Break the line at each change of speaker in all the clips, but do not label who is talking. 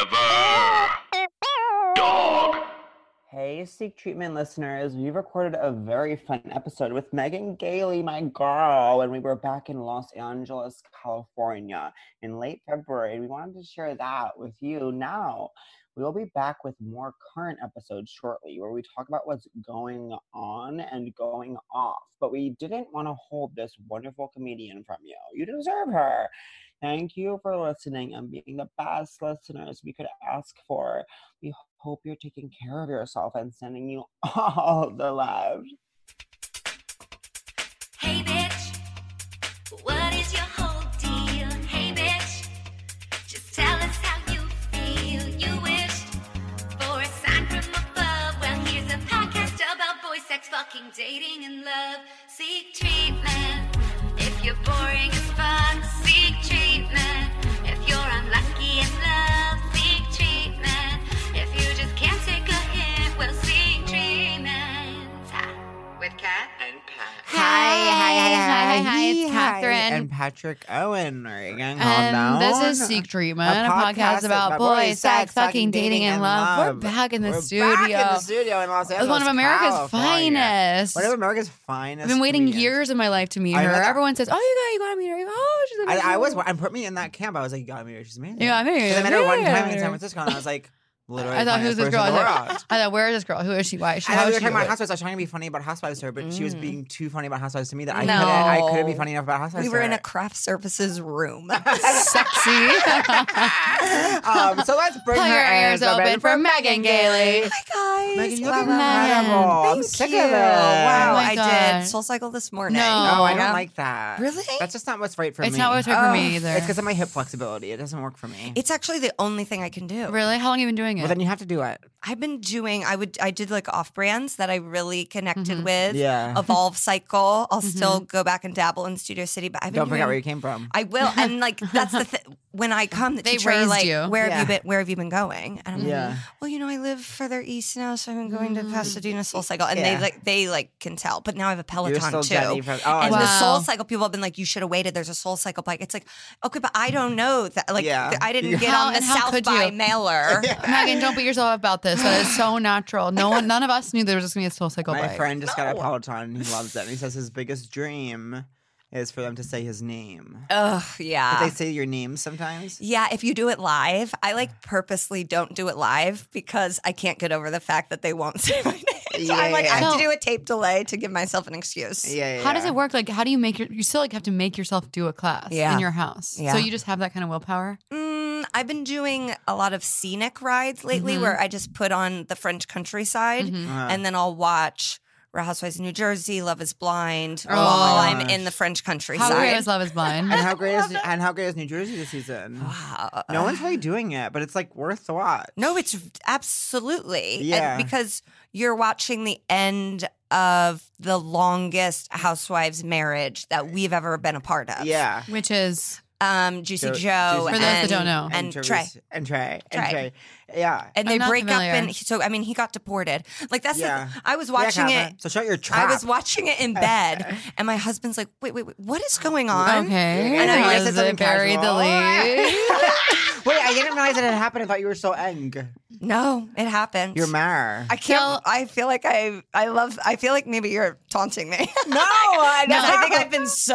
Forever. Dog.
Hey, Seek Treatment listeners. We recorded a very fun episode with Megan Gailey, my girl, when we were back in Los Angeles, California in late February. We wanted to share that with you now. We will be back with more current episodes shortly where we talk about what's going on and going off. But we didn't want to hold this wonderful comedian from you. You deserve her. Thank you for listening and being the best listeners we could ask for. We hope you're taking care of yourself and sending you all the love.
Hey bitch, what is your whole deal? Hey bitch, just tell us how you feel. You wish for a sign from above. Well, here's a podcast about boy sex, fucking, dating, and love. Seek treatment if you're boring as fuck. Seek treatment if you're unlucky in love. Seek treatment if you just can't take a hint. Well, seek treatment Ha. with Kat and Pat.
Hi, hi, hi, hi, hi, hi. Hi.
It's Catherine.
And Patrick Owen, Reagan, calm
And
down.
this is Seek Treatment, a podcast, about boys, sex, fucking, dating, and love. We're back in the
We're
studio.
Back in the studio in Los
With
Angeles.
one of America's
California.
finest.
One of America's finest.
I've been waiting
comedians.
years of my life to meet
I
her.
know that-
Everyone says, "Oh, you got, you got to meet her." You go, Oh, she's amazing.
I, I was and put me in that camp. I was like, you gotta meet her. She's amazing.
Yeah, I mean,
And I met her one
yeah,
time in
I
San
mean-
Francisco, and I was like, literally,
I thought,
the
"Who's
funniest
this girl?" I
person in the
thought,
world.
I thought, "Where is this girl? Who is she? Why? Is she
And I
how
was
is she?"
talking about
doing?
housewives. I was trying to be funny about housewives to her, but she was being too funny about housewives to me that I
No.
couldn't. I couldn't be funny enough about housewives.
We
to
were in
her.
a craft services room.
Sexy.
um, so let's bring
Put
her
your ears open for Megan Gailey.
Hi guys.
Megan, you
Wow.
look
Megan.
incredible. I'm
Thank
sick
you.
of it.
Wow,
Oh my
I
God.
did Soul Cycle this morning. Oh,
No.
No, Oh, I
Yeah.
don't like that.
Really?
That's just not what's right for me.
It's not what's right for
Oh,
me either.
It's because of my hip flexibility. It doesn't work for me.
It's actually the only thing I can do.
really. How long have you been doing
well,
it?
then you have to do it.
I've been doing. I would. I did like off brands that I really connected
Mhm.
with.
Mm-hmm. Yeah. Mm-hmm.
Evolve Cycle. I'll still go back and dabble in Studio City, but I've been
Don't forget
doing-
where you came from.
I will, and like that's the thing. When I come, the
They
teacher
raised
like,
you.
where have you
Yeah.
been? Where have you been going? And I'm like,
yeah.
well, you know, I live further east now, so I've been going to
Mm.
Pasadena Soul Cycle, and
Yeah.
they like they like can tell. But now I have a
You're
Peloton
still
too.
Jenny from. Oh,
And
I
the
Wow.
soul cycle people have been like, you should have waited. There's a soul cycle bike. It's like, okay, but I don't know that. Like,
Yeah.
th- I didn't
Yeah.
get
How-
on the
and how
South
could
by
you?
mailer.
Megan, don't beat yourself up about this. That is so natural. No one, none of us knew there was just gonna be a soul cycle
My
bike.
friend just got a
No.
Peloton. and He loves it. And he says his biggest dream is for them to say his name.
Ugh,
But
Ah.
yeah.
they say your name sometimes.
Yeah, if you do it live, I like purposely don't do it live because I can't get over the fact that they won't say my name. So
Yeah,
I'm like, I
yeah.
have to
So-
do a tape delay to give myself an excuse.
Yeah. yeah
How does
yeah.
it work? Like, how do you make your? You still like have to make yourself do a class
Yeah.
in your house.
Yeah.
So you just have that kind of willpower.
Mm, I've been doing a lot of scenic rides lately
Mhm.
where I just put on the French countryside
Mhm.
Uh-huh.
and then I'll watch Real Housewives of New Jersey, Love is Blind
Oh my
while I'm
gosh.
in the French
How great
countryside.
is Love Is Blind?
and how great is and how great is New Jersey this season?
Wow.
No one's really doing it, but it's like worth the watch.
No, it's absolutely. And
Yeah.
because you're watching the end of the longest housewives marriage that we've ever been a part of.
yeah.
Which is
Um, Juicy
Jo-
Joe.
Juicy
For those that
and,
don't know.
And,
Travis-
Trey.
and Trey and
Trey.
Trey, yeah,
And
I'm
they
not
break
familiar.
up and he- so I mean he got deported. Like that's
Yeah.
the, I was
Yeah,
watching it
Catherine. So shut your trap.
I was watching it in bed and my husband's like, "Wait, wait, wait. What is going on?"
okay.
I know, you guys said
Was
something
it buried the
casual.
lead.
Wait, I didn't realize that it happened. I thought you were so eng.
No, it happened.
You're mare.
I can't.
Well-
I feel like I. I love. I feel like maybe you're taunting me.
No, I
Because I think I've been so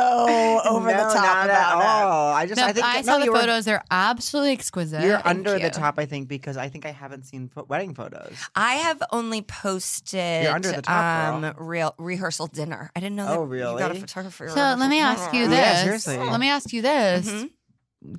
over
no,
the top
not
about
at
it.
all. I just
No,
I
I,
think no,
saw the
you were-
photos. They're absolutely exquisite.
You're under
you.
the top, I think, because I think I haven't seen fo- wedding photos.
I have only posted
You're under the top,
um, real rehearsal dinner. I didn't know that
Oh,
you got a
really?
photographer.
so let me ask you this.
Yeah, seriously. Mm-hmm.
Let me ask you this.
Mhm.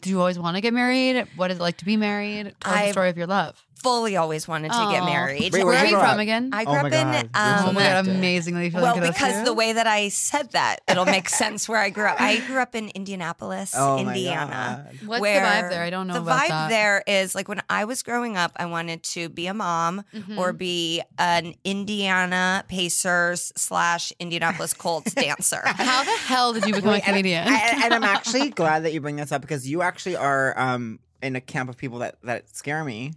Do you always want to get married? What is it like to be married? Tell the
I've-
story of your love.
Fully always wanted to get
Aw.
married.
Wait,
Where
where'd
are
you
you
grow
from
up?
again?
I
Oh
grew
my
up in
God, you're
um,
so
oh my god,
connected.
amazingly.
well
connected.
because the way that I said that, it'll make sense where I grew up. I grew up in Indianapolis,
Oh my
Indiana.
God.
What's
where
the vibe there? I don't know
The
about
vibe
that.
there is like when I was growing up, I wanted to be a mom
Mhm.
or be an Indiana Pacers slash Indianapolis Colts dancer.
How the hell did you become a
Wait, and-
comedian?
and, and I'm actually glad that you bring this up because you actually are um, in a camp of people that that scare me.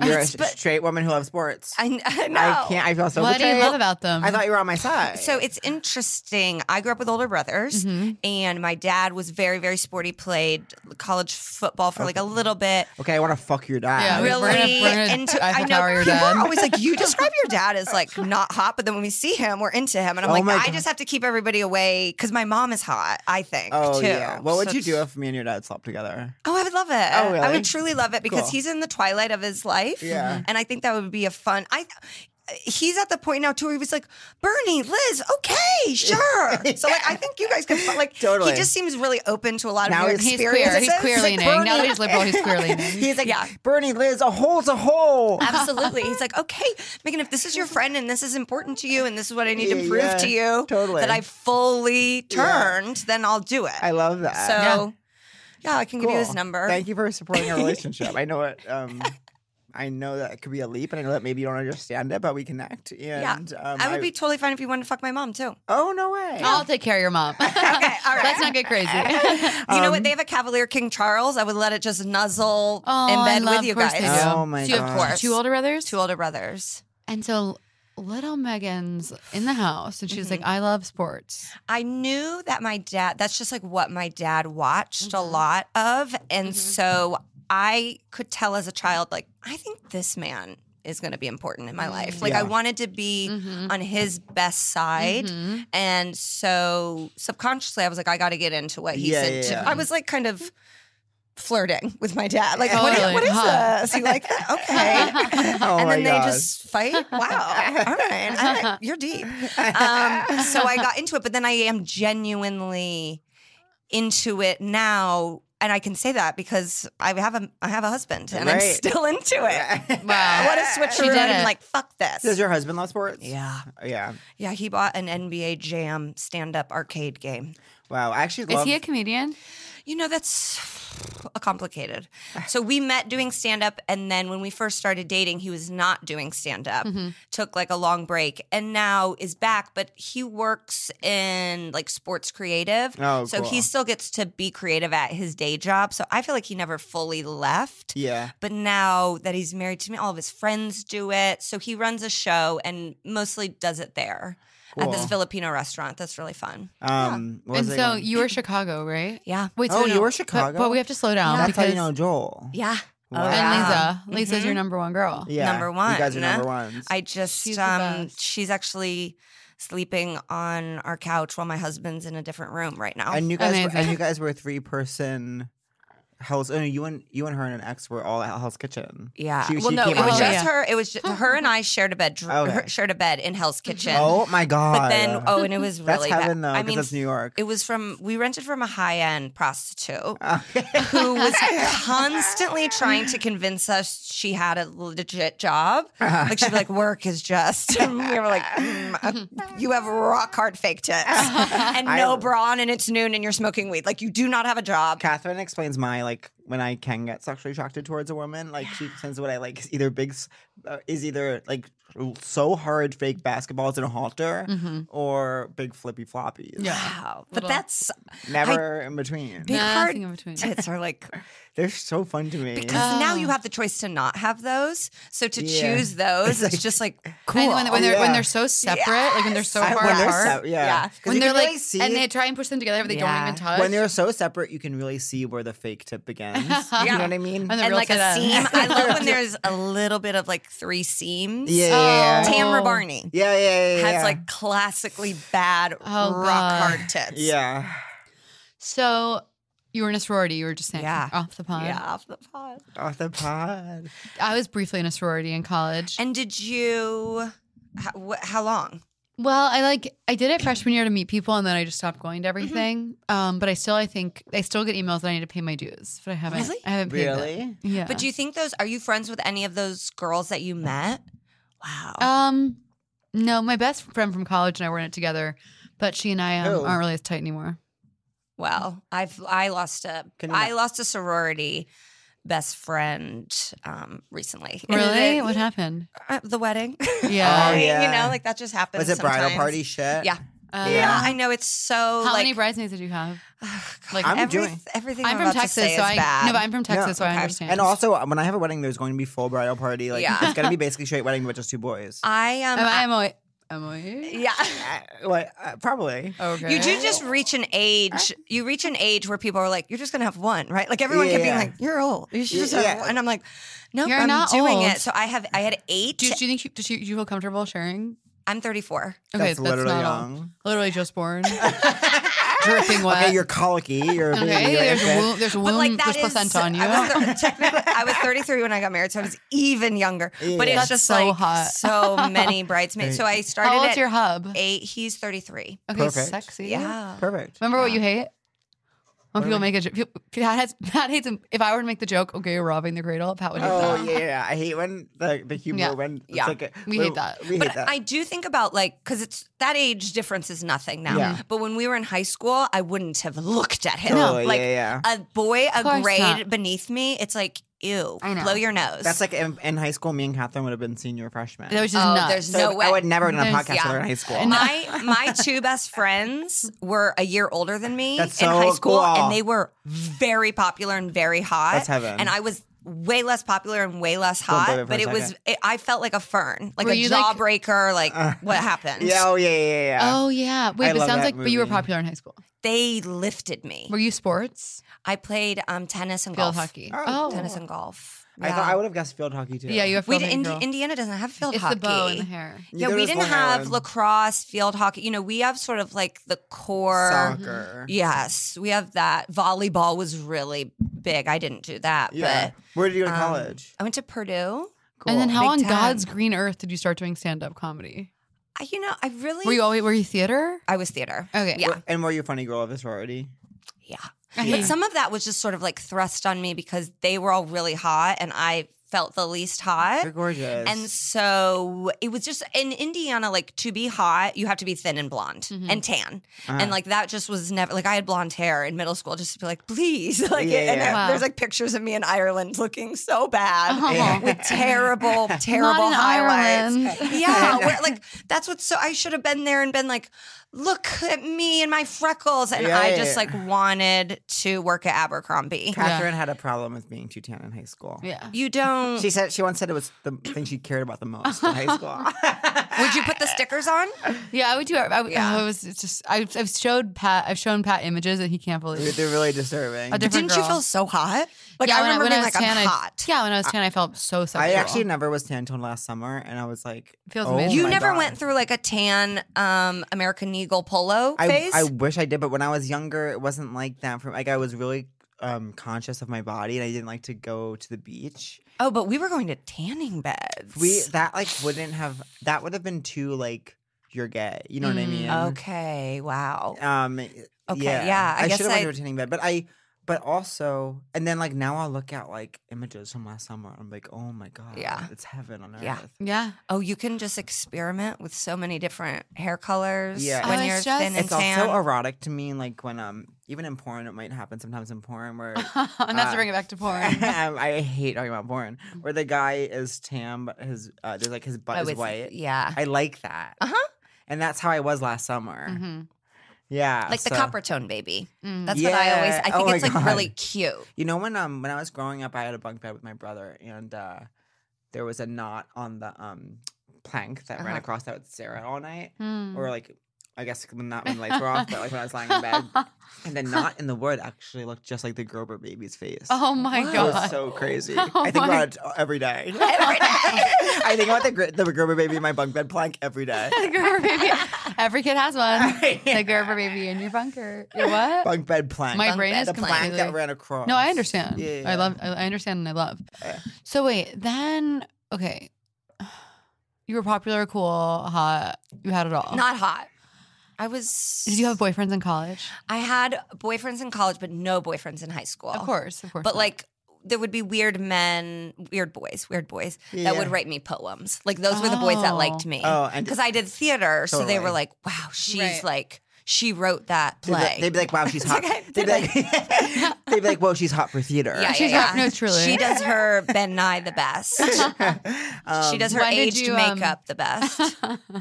You're a
It's- but-
straight woman who loves sports.
I, kn- I know.
I can't. I feel so
what do you
betrayed.
love about them?
I thought you were on my side.
So it's interesting. I grew up with older brothers,
Mhm.
and my dad was very, very sporty. Played college football for like a little bit.
okay, I want to fuck your dad.
Yeah,
really
we're gonna- we're gonna
into.
Eiffel
I know
Tower your
people
dad.
are always like, you describe your dad as like not hot, but then when we see him, we're into him, and I'm
Oh
like,
my
I
God.
just have to keep everybody away because my mom is hot. I think
Oh
too.
yeah. What would
So
you do
it's-
if me and your dad slept together?
Oh, I would love it.
Oh,
I
really?
would truly love it because
Cool.
he's in the twilight of his life.
Mm-hmm.
Yeah.
And I think that would be a fun. I he's at the point now too where he was like, Bernie, Liz, okay, sure. So like I think you guys could fi- like
Totally.
he just seems really open to a lot of
Now
new
he's
he's
experiences.
queer. He's queer leaning. Now that he's liberal, he's queer leaning.
He's like,
Yeah.
Bernie, Liz, a hole's a hole.
Absolutely. He's like, okay, Megan, if this is your friend and this is important to you and this is what I need
Yeah,
to prove
yeah,
to you
totally.
that I fully turned, then I'll do it.
I love that.
so yeah. I can give you his
Cool.
number.
Thank you for supporting our relationship. I know it. Um, I know that it could be a leap, and I know that maybe you don't understand it, but we connect. And um,
I would be totally fine if you wanted to fuck my mom too.
Oh no way!
I'll take care of your mom.
all right.
Let's not get crazy.
You know
Um,
what? They have a Cavalier King Charles. I would let it just nuzzle
Oh,
in
I
bed
love-
with you
of course
guys.
they do.
oh my
Do you
god!
have course.
Two older brothers?
Two older brothers.
And so little Megan's in the house and she's
Mhm.
like, I love sports.
I knew that my dad, that's just like what my dad watched a
Mm-hmm.
Mhm.
lot of. And
Mhm.
so I could tell as a child, like, I think this man is going to be important in my life. Like,
Mm, Yeah. Mm-hmm.
I wanted to be
Mhm.
on his best side.
Mhm.
And so subconsciously, I was like, I got to get into what he's
Yeah, yeah,
into.
yeah.
I was like, kind of flirting with my dad. Like, what-
Totally.
what is
Huh.
this? You like that? Okay.
Oh
and
my
then
gosh.
they just fight. Wow. All right. All right. You're deep. Um, so I got into it, but then I am genuinely into it now. And I can say that because I have a I have a husband and I'm
Right.
still into it.
Wow.
What a switch
She did it.
I'm like, fuck this.
Does your husband love sports?
yeah.
Yeah.
Yeah, he bought an NBA Jam stand up arcade game.
Wow. I actually
Is
love.
he a comedian?
You know, that's a complicated. So we met doing stand up. And then when we first started dating, he was not doing stand up,
Mm-hmm.
Mhm.
took like a long break, and now is back. But he works in like sports creative.
oh,
so
cool.
he still gets to be creative at his day job. So I feel like he never fully left.
Yeah.
But now that he's married to me, all of his friends do it. So he runs a show and mostly does it there at this
Cool.
Filipino restaurant. That's really fun.
Um. what
And
was I
so
gonna-
you were Chicago, right?
Yeah.
Wait,
Oh,
so
you
no,
were
but-
Chicago?
But, we have to slow down
That's
because
how you know Joel.
Yeah.
Wow.
and
Yeah.
Lisa. Lisa's your
Mhm.
number one girl.
Yeah.
Number
You guys are
one.
number ones.
I just
She's the
um
best.
she's actually sleeping on our couch while my husband's in a different room right now.
and you guys, were, and
Amazing.
you guys were a three-person house. Oh, no, you and you and her and an ex were all at Hell's Kitchen.
yeah.
She-
well,
she
no,
came
it was
on
just
here.
her. It was just, her and I shared a bed.
Okay.
her- shared a bed in Hell's Kitchen.
Oh my god!
but then, oh, and it was
that's
really
heaven
bad.
though.
I
'cause
mean,
that's New York.
it was from we rented from a high end prostitute.
Okay.
who was constantly trying to convince us she had a legit job. Like she'd be like, "Work is just." And we were like, "Mm, uh, "You have rock hard fake tits and no
I-
bra on, and it's noon, and you're smoking weed. Like you do not have a job."
Catherine explains my like when I can get sexually attracted towards a woman, like she explains what I like is either big, s- uh, is either like so hard fake basketballs in a halter
Mhm.
or big flippy floppies.
Yeah.
Wow, but
Little-
that's
never in between.
Big hard
Nothing in between.
tits are like
They're so fun to me.
because now you have the choice to not have those. So to
Yeah.
choose those,
It's
it's just like cool.
And when, when they're when
Oh, Yeah.
they're so separate, like when they're so
I-
far
when they're
apart,
so- yeah,
Yeah.
'Cause
when
you
they're
can really
like,
see-
and they try and push them together, but they
Yeah.
don't even touch.
when they're so separate, you can really see where the fake tip begins. You
Yeah.
know what I mean?
And the
and
real
like
tit
a
ends.
seam. I love when there's a little bit of like three seams.
Yeah, yeah, yeah.
Tamra
Oh.
Barney.
yeah, yeah, yeah, yeah, yeah.
has like classically bad
Oh,
rock
God.
hard tits.
yeah.
So you were in a sorority. You were just saying
Yeah.
off the pond.
Yeah, off the pod.
Off the pod.
I was briefly in a sorority in college.
And did you? How, wh- how long?
well, I like I did it freshman year to meet people, and then I just stopped going to
Mm-hmm.
everything. Um, but I still, I think I still get emails that I need to pay my dues, but I haven't.
Really?
I haven't paid them.
Really?
Yeah.
But do you think those? Are you friends with any of those girls that you met? Wow.
Um, no, my best friend from college and I were in it together, but she and I um,
Who?
aren't really as tight anymore.
well, I've I lost a
Can you-
I lost a sorority best friend um recently.
Really? what happened?
Uh, the wedding.
Yeah.
I mean,
Oh, yeah.
You know, like that just happens.
Was it bridal
sometimes.
party shit?
Yeah.
Uh,
Yeah, I know it's so
How
like
many bridesmaids did you have? Like,
I'm
I'm
every,
doing-
everything
I'm
I'm,
from
about to
Texas,
say
so
is
I
bad.
no, but I'm from Texas, so I
okay.
understand.
And also, uh, when I have a wedding, there's going to be full bridal party. Like,
Yeah.
it's going to be basically straight wedding, but just two boys.
Uh,
I am.
am I am I? Am I?
yeah.
Uh, like, uh, probably.
Okay.
You do just reach an age. You reach an age where people are like, "You're just gonna have one, right?" Like everyone kept being
Yeah.
like, "You're old. You should just have
Yeah.
one." And I'm like, "No,
You're
I'm
not
doing
old.
it." So I have. I had eight.
Do, you- do you think you, do you, do you feel comfortable sharing?
I'm 34.
Okay,
that's, literally
not all.
young.
Literally just born, dripping wet.
Okay, you're colicky. You're
Okay,
being you're
there's
infant.
womb, there's womb,
But like that
there's
is-
placenta on you.
I was, thir- technically, I was 33 when I got married, so I was even younger. But
Yeah.
it's
That's
just
so
like
hot.
so many bridesmaids. So I started
How old's
at
your hub?
eight. He's 33.
Okay,
Perfect.
sexy.
Yeah.
Perfect.
Remember what you hate? When
What
people
do
make a joke, Pat, has, Pat hates. him. If I were to make the joke, okay, you're robbing the cradle. Pat would hate
Oh
that.
yeah, yeah, I hate when the the humor
Yeah.
when it's
Yeah.
like a-
We hate that.
We
But
hate that.
I do think about like because it's that age difference is nothing now.
Yeah.
But when we were in high school, I wouldn't have looked at him.
Totally,
like
Oh, yeah,
uh,
yeah.
a boy
Of
a
course
grade
not.
beneath me, it's like ew,
I know.
blow your nose.
That's like in, in high school, me and Catherine would have been senior freshmen.
That was just
oh,
nuts.
there's
so
no way.
I would never have done a
There's-
podcast
yeah.
with her in high school.
my my two best friends were a year older than me
That's
in
so
high school,
cool.
and they were very popular and very hot.
That's heaven.
And I was way less popular and way less
Don't blame
hot,
it for
but
a
it was
second. Uh,
it, I felt like a fern, like
Were
a
you, like-
jawbreaker. Like, what happened?
yeah, oh yeah, yeah, yeah.
oh yeah.
I
Wait, but it
love
sounds
that
like but you were
movie.
popular in high school.
They lifted me.
Were you sports?
I played um, tennis and
Field
golf.
hockey.
Oh, cool.
Tennis and golf.
I
Yeah.
thought I would have guessed field hockey too.
Yeah, you have.
we
field
d-
hockey,
Ind-
girl.
Indiana doesn't have field
It's
hockey.
the bow and the hair.
Yeah,
Neither
we
does
didn't
Long
have
Island.
lacrosse, field hockey. You know, we have sort of like the core.
soccer.
Yes, we have that. Volleyball was really big. I didn't do that,
Yeah.
but
Where did you go to
um,
college?
I went to Purdue.
Cool.
And then how
Big
on
time.
God's green earth did you start doing stand up comedy?
I, you know, I really.
Were you always were you theater?
I was theater.
Okay.
Yeah.
Were- And were you a funny girl of a sorority?
Yeah.
Yeah.
But some of that was just sort of like thrust on me because they were all really hot and I felt the least hot.
You're gorgeous.
And so it was just in Indiana, like to be hot, you have to be thin and blonde
Mhm.
and tan.
Uh,
And like that just was never like I had blonde hair in middle school just to be like, please. Like
Yeah,
and
yeah.
Wow.
there's like pictures of me in Ireland looking so bad
Oh. Yeah.
with terrible, terrible
in
highlights.
Ireland.
Yeah. where, like that's what's so I should have been there and been like, look at me and my freckles. And
Yeah,
I
yeah,
just
yeah.
like wanted to work at Abercrombie.
Catherine had a problem with being too tan in high school.
Yeah.
You don't
She said she once said it was the thing she cared about the most in high school.
would you put the stickers on?
Yeah, I would do. I, I,
Yeah.
I was it's just. I've, I've showed Pat. I've shown Pat images that he can't believe.
They're really disturbing.
A different
Didn't you
girl.
feel so hot? Like
yeah,
I
when
remember
when
being
I was
like,
tan,
I'm
I-
hot.
yeah, when I was tan, I felt so sexual.
I actually never was tan until last summer, and I was like,
Feels
oh
amazing.
you
my
never
God.
went through like a tan um, American Eagle polo
I,
phase.
I wish I did, but when I was younger, it wasn't like that. For like, I was really um, conscious of my body, and I didn't like to go to the beach.
oh, but we were going to tanning beds.
We that like wouldn't have that would have been too like you're gay. You know what I
Mm.
mean?
okay. Wow.
Um. Yeah.
yeah, I guess
should have went
I-
to a tanning bed, but I. But also, and then like now I look at like images from last summer. I'm like, oh my god,
Yeah.
it's heaven on earth.
Yeah.
Yeah.
Oh, you can just experiment with so many different hair colors
Yeah.
when
Oh,
you're
it's just- Oh,
thin and
It's
tan.
also erotic to me, like when um even in porn it might happen sometimes in porn where
and that's to
Uh,
bring it back to porn.
um, I hate talking about porn where the guy is tan but his uh, there's like his butt
I
is
was-
white.
Yeah.
I like that.
Oh, Uh-huh. Mm-hmm.
And that's how I was last summer.
hmm
Yeah,
like the
so-
copper tone baby.
Mm.
That's what I always.
Yeah.
I
Oh
think
my
it's like
God.
really cute.
You know when um when I was growing up, I had a bunk bed with my brother, and uh there was a knot on the um plank that ran
Uh-huh.
across that with Sarah all night,
Mm.
or like I guess when not when the lights were off, but like when I was lying in bed, and the knot in the wood actually looked just like the Grover baby's face.
oh
Whoa.
my
It was
god.
so crazy.
Oh
I think
my-
about it every day.
Every day.
I think about the gr- the Gerber baby in my bunk bed plank every day.
the Gerber baby. Every kid has one. The Gerber baby in your bunker. Your what?
Bunk bed plank.
My
Bunk
brain
bed.
is
the plank
completely.
that ran across.
No, I understand.
Yeah,
I
yeah.
love. I I understand and I love.
Yeah.
So wait, then okay, you were popular, cool, hot. You had it all.
Not hot. I was.
Did you have boyfriends in college?
I had boyfriends in college, but no boyfriends in high school.
Of course, of course.
Oh, But
not.
like there would be weird men, weird boys, weird boys that would
Yeah.
write me poems. Like those were the boys that liked
Oh.
me.
Oh, and-
because I did theater, so they were
Totally.
like, "Wow, she's
Right.
like she wrote that
They'd be,
play."
like, they'd be like, "Wow, she's hot."
like I
they'd, be like, they'd be like, "Whoa, she's hot for theater."
yeah,
She's
yeah,
hot-
yeah.
no, truly.
She does her Ben Nye the best.
Um,
she does her
When did
aged
you, um,
makeup the best.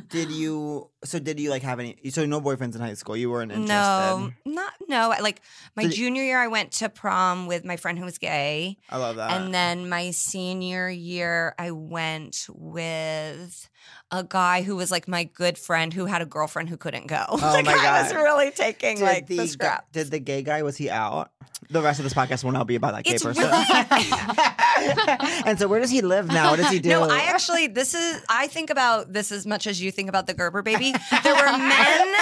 Did you So did you like have any? So no boyfriends in high school. You weren't interested.
No, not no. Like my
Did you-
junior year, I went to prom with my friend who was gay,
I love that.
and then my senior year, I went with a guy who was like my good friend who had a girlfriend who couldn't go.
Oh
like
my
I was
God.
really taking
did
like the,
gu-
scrap.
did the gay guy was he out? The rest of this podcast will not be about that gay
It's
person.
really-
and so where does he live now? What does he do?
No, I actually, this is, I think about this as much as you think about the Gerber baby. There were men,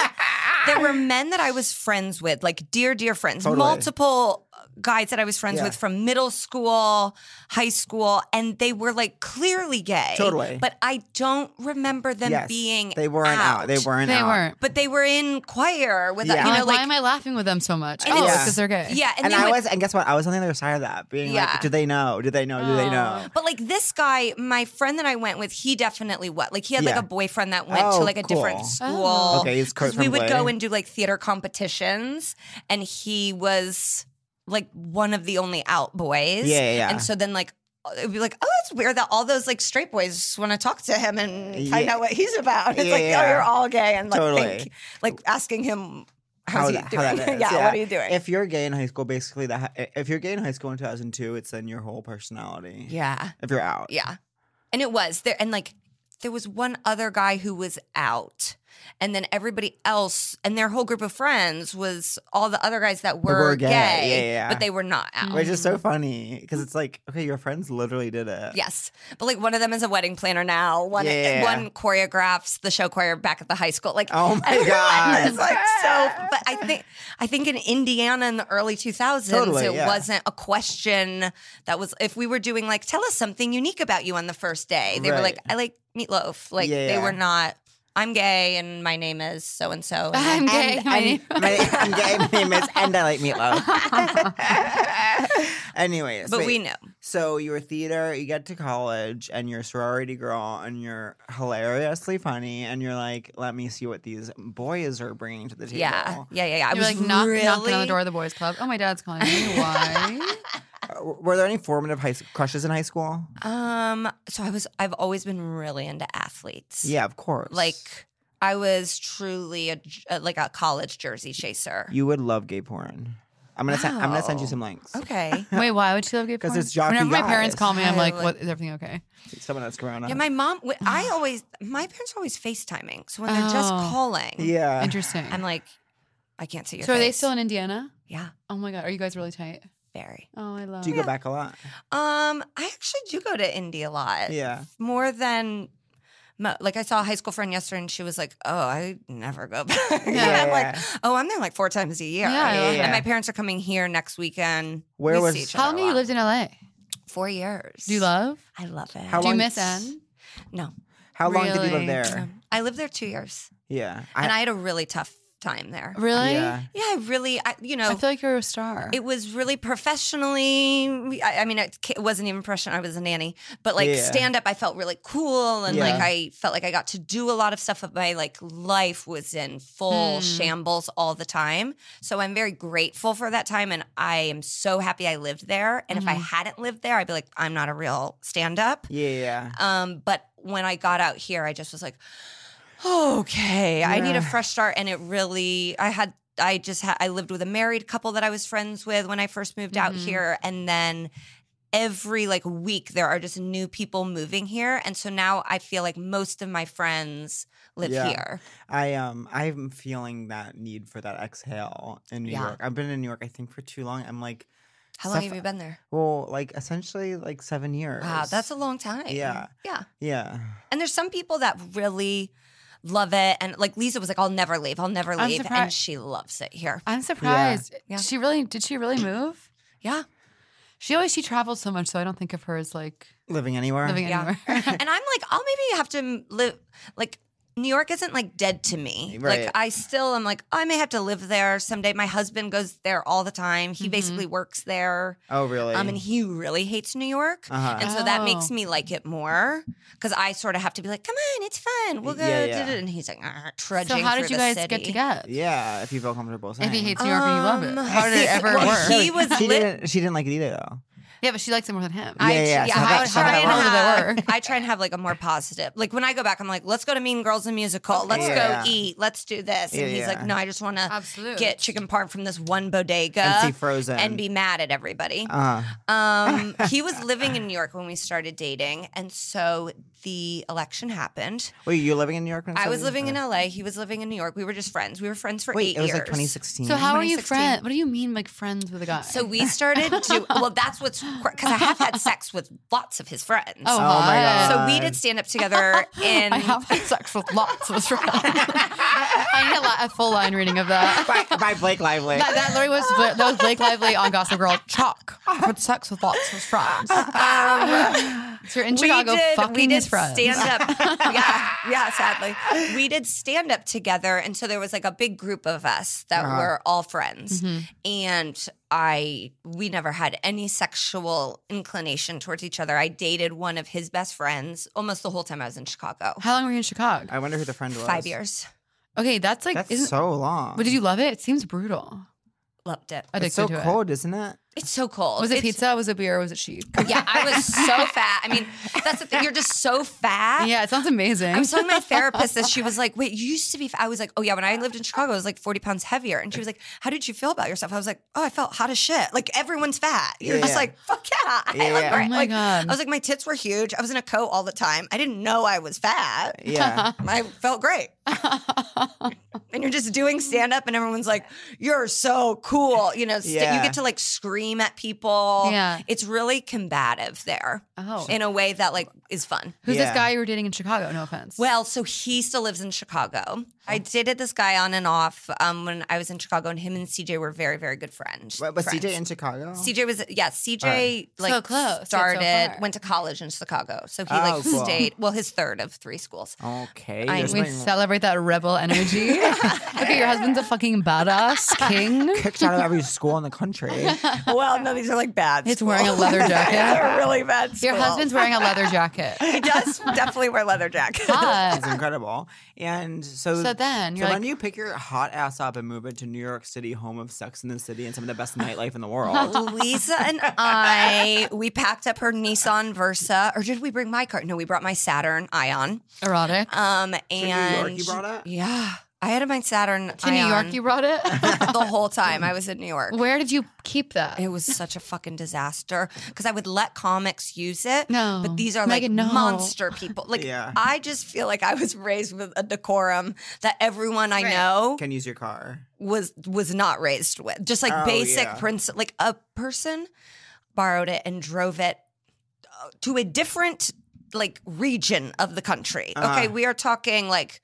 there were men that I was friends with, like dear, dear friends,
Totally.
multiple guys that I was friends
Yeah.
with from middle school, high school, and they were like clearly gay.
Totally.
But I don't remember them
Yes,
being
they weren't out. They weren't.
they
out.
weren't.
But they were in choir with,
Yeah.
I'm
you know,
like,
like,
why am I laughing with them so much?
And
Oh,
it's-
because they're gay.
yeah. And,
And,
they
I
would-
was, and guess what? I was on the other side of that, being
Yeah.
like, do they know? Do they know? Do they know?
Oh.
But like this guy, my friend that I went with, he definitely what? Like he had like
Yeah.
a boyfriend that went to
Oh,
like a different
cool.
school.
Oh.
Okay, he's
'Cause
Kurt
we
from
would go
Blade.
and do like theater competitions, and he was like one of the only out boys.
Yeah, yeah, yeah.
And so then like. It'd be like, oh, it's weird that all those like straight boys want to talk to him and find
Yeah.
out what he's about. It's like, oh,
Yeah.
you're all gay, and like,
Totally.
think, like asking him, how's he
that-
doing?
that is,
yeah, what are you doing?
If you're gay in high school, basically that if you're gay in high school in 2002, it's then your whole personality.
yeah,
If you're out.
Yeah. And it was there. And like, there was one other guy who was out. And then everybody else and their whole group of friends was all the other guys that were,
were
gay,
gay. Yeah, yeah, yeah.
but they were not out.
Which is so funny because it's like, okay, your friends literally did it.
Yes, but like one of them is a wedding planner now. One
Yeah.
one choreographs the show choir back at the high school. Like
Oh my
everyone
God.
is, like so. But I think I think in Indiana in the early two thousands,
Totally,
it
yeah.
wasn't a question that was. If we were doing like, tell us something unique about you on the first day, they were like,
Right.
I like meatloaf. Like
Yeah,
they
yeah.
were not. I'm gay and my name is so and so.
I'm gay.
And,
My
and
name-
my, I'm gay. My name is, and I like meatloaf. Anyways,
But
wait.
we know.
So you were theater. You get to college, and you're a sorority girl, and you're hilariously funny, and you're like, let me see what these boys are bringing to the table.
Yeah, yeah, yeah, yeah. I
You're
was
like knock,
really
knocking on the door of the boys' club. Oh, my dad's calling me. Why?
Uh, Were there any formative high, crushes in high school?
Um, so I was I've always been really into athletes.
Yeah, of course.
Like I was truly a, j- uh, like a college jersey chaser.
you would love gay porn. I'm gonna send. I'm gonna send you
Wow.
some links.
okay.
Wait, why would she love gay
'Cause
porn?
it's jockey
Whenever my parents
guys.
call me, I'm
I
like,
like-
what? Is everything okay?
Someone else Corona.
Yeah, my mom. w- I always my parents are always Facetiming, so when they're just
Oh.
calling,
yeah.
Interesting.
I'm like, I can't see your.
so are they
face.
still in Indiana?
Yeah,
Oh my god, are you guys really tight?
very.
Oh, I love.
Do you go back a lot?
Um, I actually do go to Indy a lot.
Yeah.
more than. mo- Like I saw a high school friend yesterday, and she was like, "Oh, I never go back." And I'm like,
Yeah.
"Oh, I'm there like four times a year."
Yeah, I love
Yeah.
And my parents are coming here next weekend.
Where
We
was-
see each
How
other
long
a
have you
lot.
lived in LA?
Four years.
Do you love?
I love it.
How
Do you
long-
miss N?
No,
How long did you live
Really?
there?
Um, I lived there two years,
Yeah.
and I had a really tough time there.
Really?
Yeah.
Yeah, I really, I, you know,
I feel like you're a star.
it was really professionally. I, I mean, it, ca- it wasn't even professional. I was a nanny, but like
Yeah.
stand up, I felt really cool, and like
Yeah.
I felt like I got to do a lot of stuff. But my like life was in full
Hmm.
shambles all the time. So I'm very grateful for that time, and I am so happy I lived there. And if I
Mhm.
hadn't lived there, I'd be like, I'm not a real stand up.
Yeah. Yeah.
Um, but when I got out here, I just was like, okay, I need a
Yeah.
fresh start. And it really, I had, I just had, I lived with a married couple that I was friends with when I first moved out
Mm-hmm.
Mhm.
here. And then every like week, there are just new people moving here. And so now I feel like most of my friends live
Yeah.
here.
I um I'm feeling that need for that exhale in New
Yeah.
York. I've been in New York I think for too long. I'm like
How long
Stuff-
have you been there?
well like essentially like 7 years.
Wow, that's a long time.
Yeah.
Yeah.
Yeah.
And there's some people that really love it. And like Lisa was like, I'll never leave. I'll never
I'm
leave. And
surprised-
she loves it here.
I'm surprised.
Yeah.
She really did. She really move?
Yeah.
She always she travels so much, so I don't think of her as like
Living anywhere?
living
Yeah.
anywhere.
and I'm like, I'll maybe have to live like New York isn't like dead to me. Like
Right.
I still am like, "Oh, I may have to live there someday. My husband goes there all the time. He
Mhm.
basically works there.
oh really?
Um, and he really hates New York.
uh-huh.
And so that makes
Oh.
me like it more because I sort of have to be like, come on, it's fun. We'll go.
Yeah,
da-
yeah.
da- da," And he's like, "Ah," trudging.
so how
through
did you
the
guys
city.
get together?
yeah, if you feel comfortable saying.
If he hates New York and you love
Um,
it, how did it ever
well,
work?
he was
she
lit-
didn't she didn't like it either though.
Yeah, but she likes it more than him.
Yeah, yeah, yeah.
yeah,
So
I
that-
would
so
try
that
and
works.
How does it
have-
work?
I try and have like a more positive. Like when I go back, I'm like, let's go to Mean Girls the musical. Let's
Yeah.
go eat. Let's do this.
Yeah,
and he's
yeah.
like, no, I just want to
Absolutely.
get chicken parm from this one bodega
and see Frozen
and be mad at everybody.
Uh,
Um, he was living in New York when we started dating, and so the election happened.
wait, you living in New York? when it
I was
started?
living in
Okay.
LA. He was living in New York. We were just friends. We were friends for
Wait,
eight
it was
years.
like 2016.
So how are you
2016.
friends? What do you mean like friends with a guy?
So we started to. Well, that's what's because I have had sex with lots of his friends.
oh,
Oh my
hi.
So
God.
we did stand up together in.
I have had sex with lots of friends. I need a, li- a full line reading of that.
by, by Blake Lively.
That, that literally was that was Blake Lively on Gossip Girl. Chalk had sex with lots of friends. so you're in Chicago fucking
we did
his friends.
stand up. yeah, yeah. Sadly, we did stand up together, and so there was like a big group of us that
Uh-huh.
were all friends.
Mhm.
And I, we never had any sexual inclination towards each other. I dated one of his best friends almost the whole time I was in Chicago.
How long were you in Chicago?
I wonder who the friend was.
Five years,
Okay, that's like
That's
isn't,
so long.
but did you love it? It seems brutal.
loved it.
Addicted
It's so
to
cold, is isn't it?
It's so
it.
cold.
Was it
It's-
pizza? Was it beer? Was it cheap?
Yeah, I was so fat. I mean, that's the thing. You're just so fat.
yeah, it sounds amazing.
I was telling my therapist this. She was like, "Wait, you used to be." Fat. I was like, "Oh yeah." When I lived in Chicago, I was like forty pounds heavier, and she was like, "How did you feel about yourself?" I was like, "Oh, I felt hot as shit. Like everyone's fat. You're
Yeah.
just like, fuck yeah, I
Yeah.
look
Oh
great."
my
like,
God.
I was like, my tits were huge. I was in a coat all the time. I didn't know I was fat.
Yeah.
I felt great. and you're just doing stand up, and everyone's like, "You're so cool." You know, st-
Yeah.
you get to like scream at people.
Yeah.
it's really combative there
oh,
in a way that like is fun.
who's
Yeah.
this guy you were dating in Chicago? No offense.
Well, so he still lives in Chicago. I dated this guy on and off um, when I was in Chicago, and him and CJ were very, very good friends.
But, but
friends.
CJ in Chicago?
CJ was yeah. CJ
Alright.
like
So close, yet so
started
far.
went to college in Chicago, so he
Oh,
like
cool.
stayed. Well, his third of three schools.
Okay.
I-
there's
we
something
celebrate that rebel energy. okay, your husband's a fucking badass king.
kicked out of every school in the country.
well, no, these are like bad.
He's wearing a leather jacket.
They're really bad.
Your husband's wearing a leather jacket.
he does definitely wear leather jackets.
Hot.
It's incredible. And so,
So then
so
you're
when
like,
do you pick your hot ass up and move into New York City, home of Sex in the City and some of the best nightlife in the world?
Louisa and I, we packed up her Nissan Versa, or did we bring my car? No, we brought my Saturn Ion.
erotic.
Um,
New York
and
you brought it?
Yeah, I had my Saturn
to New York,
Ion
you brought it?
the whole time I was in New York.
Where did you keep that?
It was such a fucking disaster because I would let comics use it.
No.
but these are
Megan,
like
no.
monster people. Like
Yeah.
I just feel like I was raised with a decorum that everyone I
Right.
know
Can use your car.
was was not raised with. Just like
Oh,
basic
yeah.
principle. Like a person borrowed it and drove it uh, to a different like region of the country. Okay,
Uh-huh.
we are talking like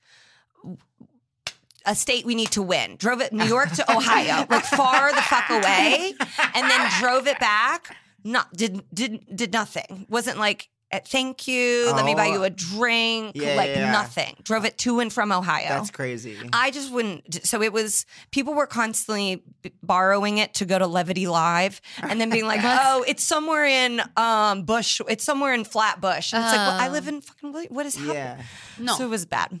a state we need to win. Drove it New York to Ohio, like far the fuck away, and then drove it back. Not did did did nothing. Wasn't like. eh, Thank you. Let me buy
Oh.
you a drink.
Yeah,
like
yeah, yeah.
nothing. Drove it to and from Ohio.
That's crazy.
I just wouldn't. So it was people were constantly b- borrowing it to go to Levity Live, and then being like, "Oh, it's somewhere in um Bush. It's somewhere in Flatbush." And it's like, well, I
Oh.
live in fucking. Willi- What is happening?
yeah.
no.
So it was bad.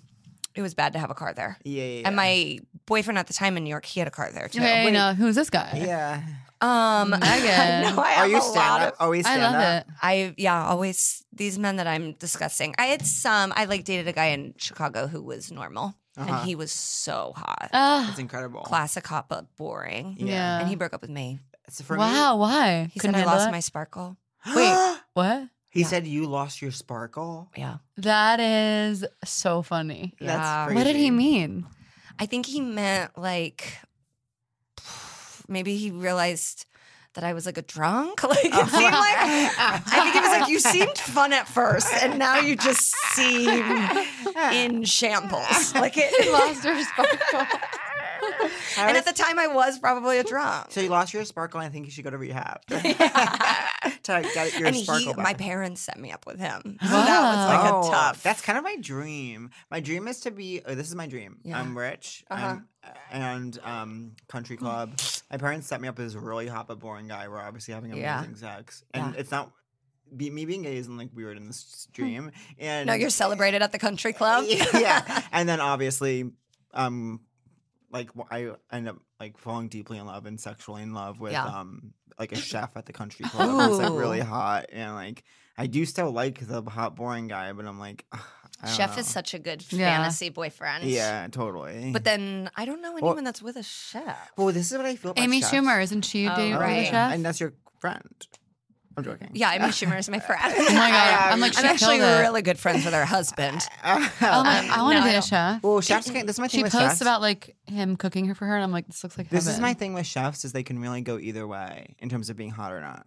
It was bad to have a car there.
Yeah. Yeah.
And my boyfriend at the time in New York, he had a car there too.
hey, no, uh, who's this guy?
yeah.
Um,
Megan.
no, I
Are
have
you
a lot
stand
of
up? Always
I
stand
love
up.
it.
I yeah, always these men that I'm discussing. I had some. I like dated a guy in Chicago who was normal,
Uh-huh.
and he was so hot.
Ah,
It's incredible.
Classic hot, but boring.
Yeah.
yeah.
And he broke up with me.
It's for me-
wow, why?
He
Couldn't
said I
handle
lost
it?
my sparkle.
Wait. What?
He
Yeah.
said you lost your sparkle.
Yeah.
That is so funny.
Yeah.
That's crazy.
What did he mean?
I think he meant like maybe he realized that I was like a drunk. Like it seemed like I think it was like you seemed fun at first and now you just seem in shambles. Like it
Lost her sparkle.
I
And at
was-
the time I was probably a drunk.
So you lost your sparkle. and I think you should go to rehab to get your
and
sparkle
he,
back.
my parents set me up with him. So that was like
Oh,
a tough.
That's kind of my dream. My dream is to be. Oh, this is my dream.
Yeah.
I'm rich.
Uh-huh.
I'm, and um, country club. my parents set me up with this really hot but boring guy. We're obviously having amazing
Yeah.
sex, and
Yeah. Hmm.
it's not. Be, me being gay isn't like weird in this dream. And
no, you're celebrated at the country club.
yeah, and then obviously, um, like w- I end up like falling deeply in love and sexually in love with
Yeah.
um like a chef at the country club. and It's like
Ooh.
really hot, and like I do still like the hot boring guy, but I'm like, ugh, I don't
Chef is
know.
such a good
Yeah.
fantasy boyfriend.
yeah, totally.
But then I don't know
Well-
anyone that's with a chef.
well, this is what I feel. About
Amy
chefs.
Schumer, isn't she
Oh,
dating with
right.
a chef?
and that's your friend. I'm joking.
Yeah, I mean, Schumer is my friend.
oh my god,
I,
I'm like, she
I'm actually
killed it.
really good friends with her husband.
Oh my,
Um,
I want to
no, I
date a
don't.
chef.
well, chefs can. This is my thing
She
with
posts
chefs.
about like him cooking her for her, and I'm like, this looks like
This is
heaven.
my thing with chefs is they can really go either way in terms of being hot or not.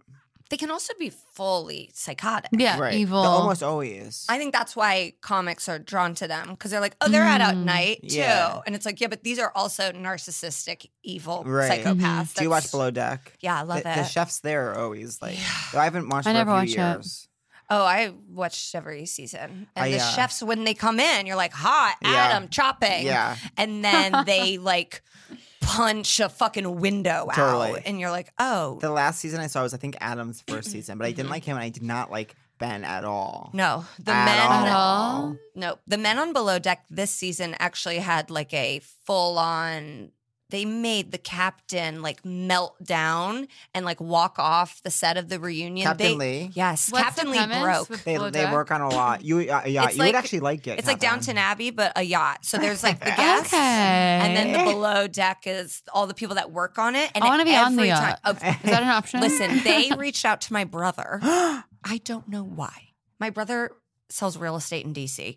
They can also be fully psychotic.
yeah
right.
evil.
They're almost always.
I think that's why comics are drawn to them because they're like, oh, they're out at
Mm,
night
yeah.
too, and it's like, yeah, but these are also narcissistic, evil
Right. Mm-hmm.
psychopaths.
Mhm.
Do you watch
That's-
Below Deck?
Yeah, I love
the,
it.
the chefs there are always like.
Yeah.
though I haven't watched.
I
for
never
a few
watch it.
years.
Oh, I watched every season. And
I,
the
uh,
chefs, when they come in, you're like, hot,
Yeah.
Adam chopping.
Yeah,
And then they like punch a fucking window out.
Totally.
And you're like, oh,
the last season I saw was I think Adam's first season, but I didn't like him and I did not like Ben at all.
Mm-hmm. no. The
At
men
At all?
No, the men on Below Deck this season actually had like a full on. They made the captain like melt down and like walk off the set of the reunion.
Captain
They-
Lee.
Yes,
What's the
Captain Lee
premise
broke.
with
They,
Below
they
Deck?
work on a lot. You uh, yeah,
It's
you would
like-
actually like it.
It's like
Catherine.
Downton Abbey, but a yacht. So there's like the guests, and then the
Okay.
below deck is all the people that work on it. And
I wanna be on the
every time-
yacht.
of-
Is that an option?
listen, they reached out to my brother. I don't know why. My brother sells real estate in DC,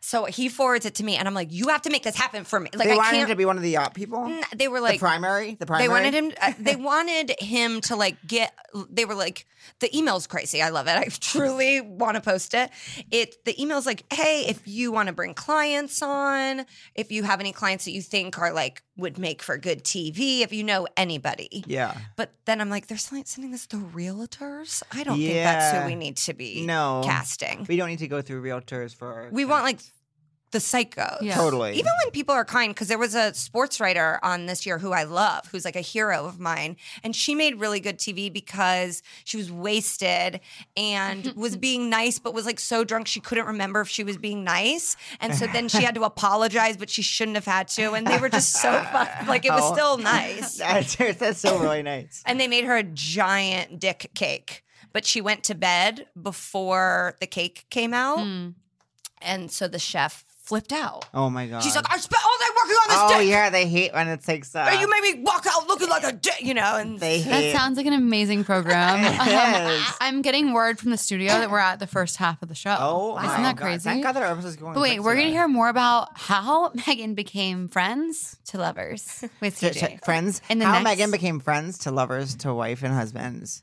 so he forwards it to me, and I'm like, "You have to make this happen for me." Like
they
I
wanted
can't.
him to be one of the yacht people.
N- they were
the
like.
primary. The primary.
They wanted him. uh, They wanted him to like get. They were like, the email's crazy. I love it. I truly want to post it. It the email's like, hey, if you want to bring clients on, if you have any clients that you think are like would make for good TV, if you know anybody.
Yeah.
But then I'm like, they're selling- sending this to realtors. I don't think that's
Yeah.
who we need to be
No.
casting.
We don't need to go through realtors for. our
We want
cats.
like the psychos.
Yeah.
totally.
Even when people are kind, because there was a sports writer on this year who I love, who's like a hero of mine, and she made really good TV because she was wasted and was being nice, but was like so drunk she couldn't remember if she was being nice, and so then she had to apologize, but she shouldn't have had to, and they were just so fucked, like it was
Oh.
still nice,
that's, that's so really nice.
and they made her a giant dick cake. But she went to bed before the cake came out,
Mm.
and so the chef flipped out.
Oh my god.
She's like, I spent all day working on this
oh
dick.
yeah, they hate when it takes. Uh,
And you made me walk out looking like a dick, you know, and
they
That
hate.
sounds like an amazing program.
It
Um,
is.
I'm getting word from the studio that we're at the first half of the show.
Oh,
isn't
my
that
God.
crazy?
Thank God that our episode's going.
But wait,
quick
we're gonna
today.
hear more about how Megan became friends to lovers with
To- to-
CJ.
friends.
In the
how
next-
Megan became friends to lovers to wife and husbands.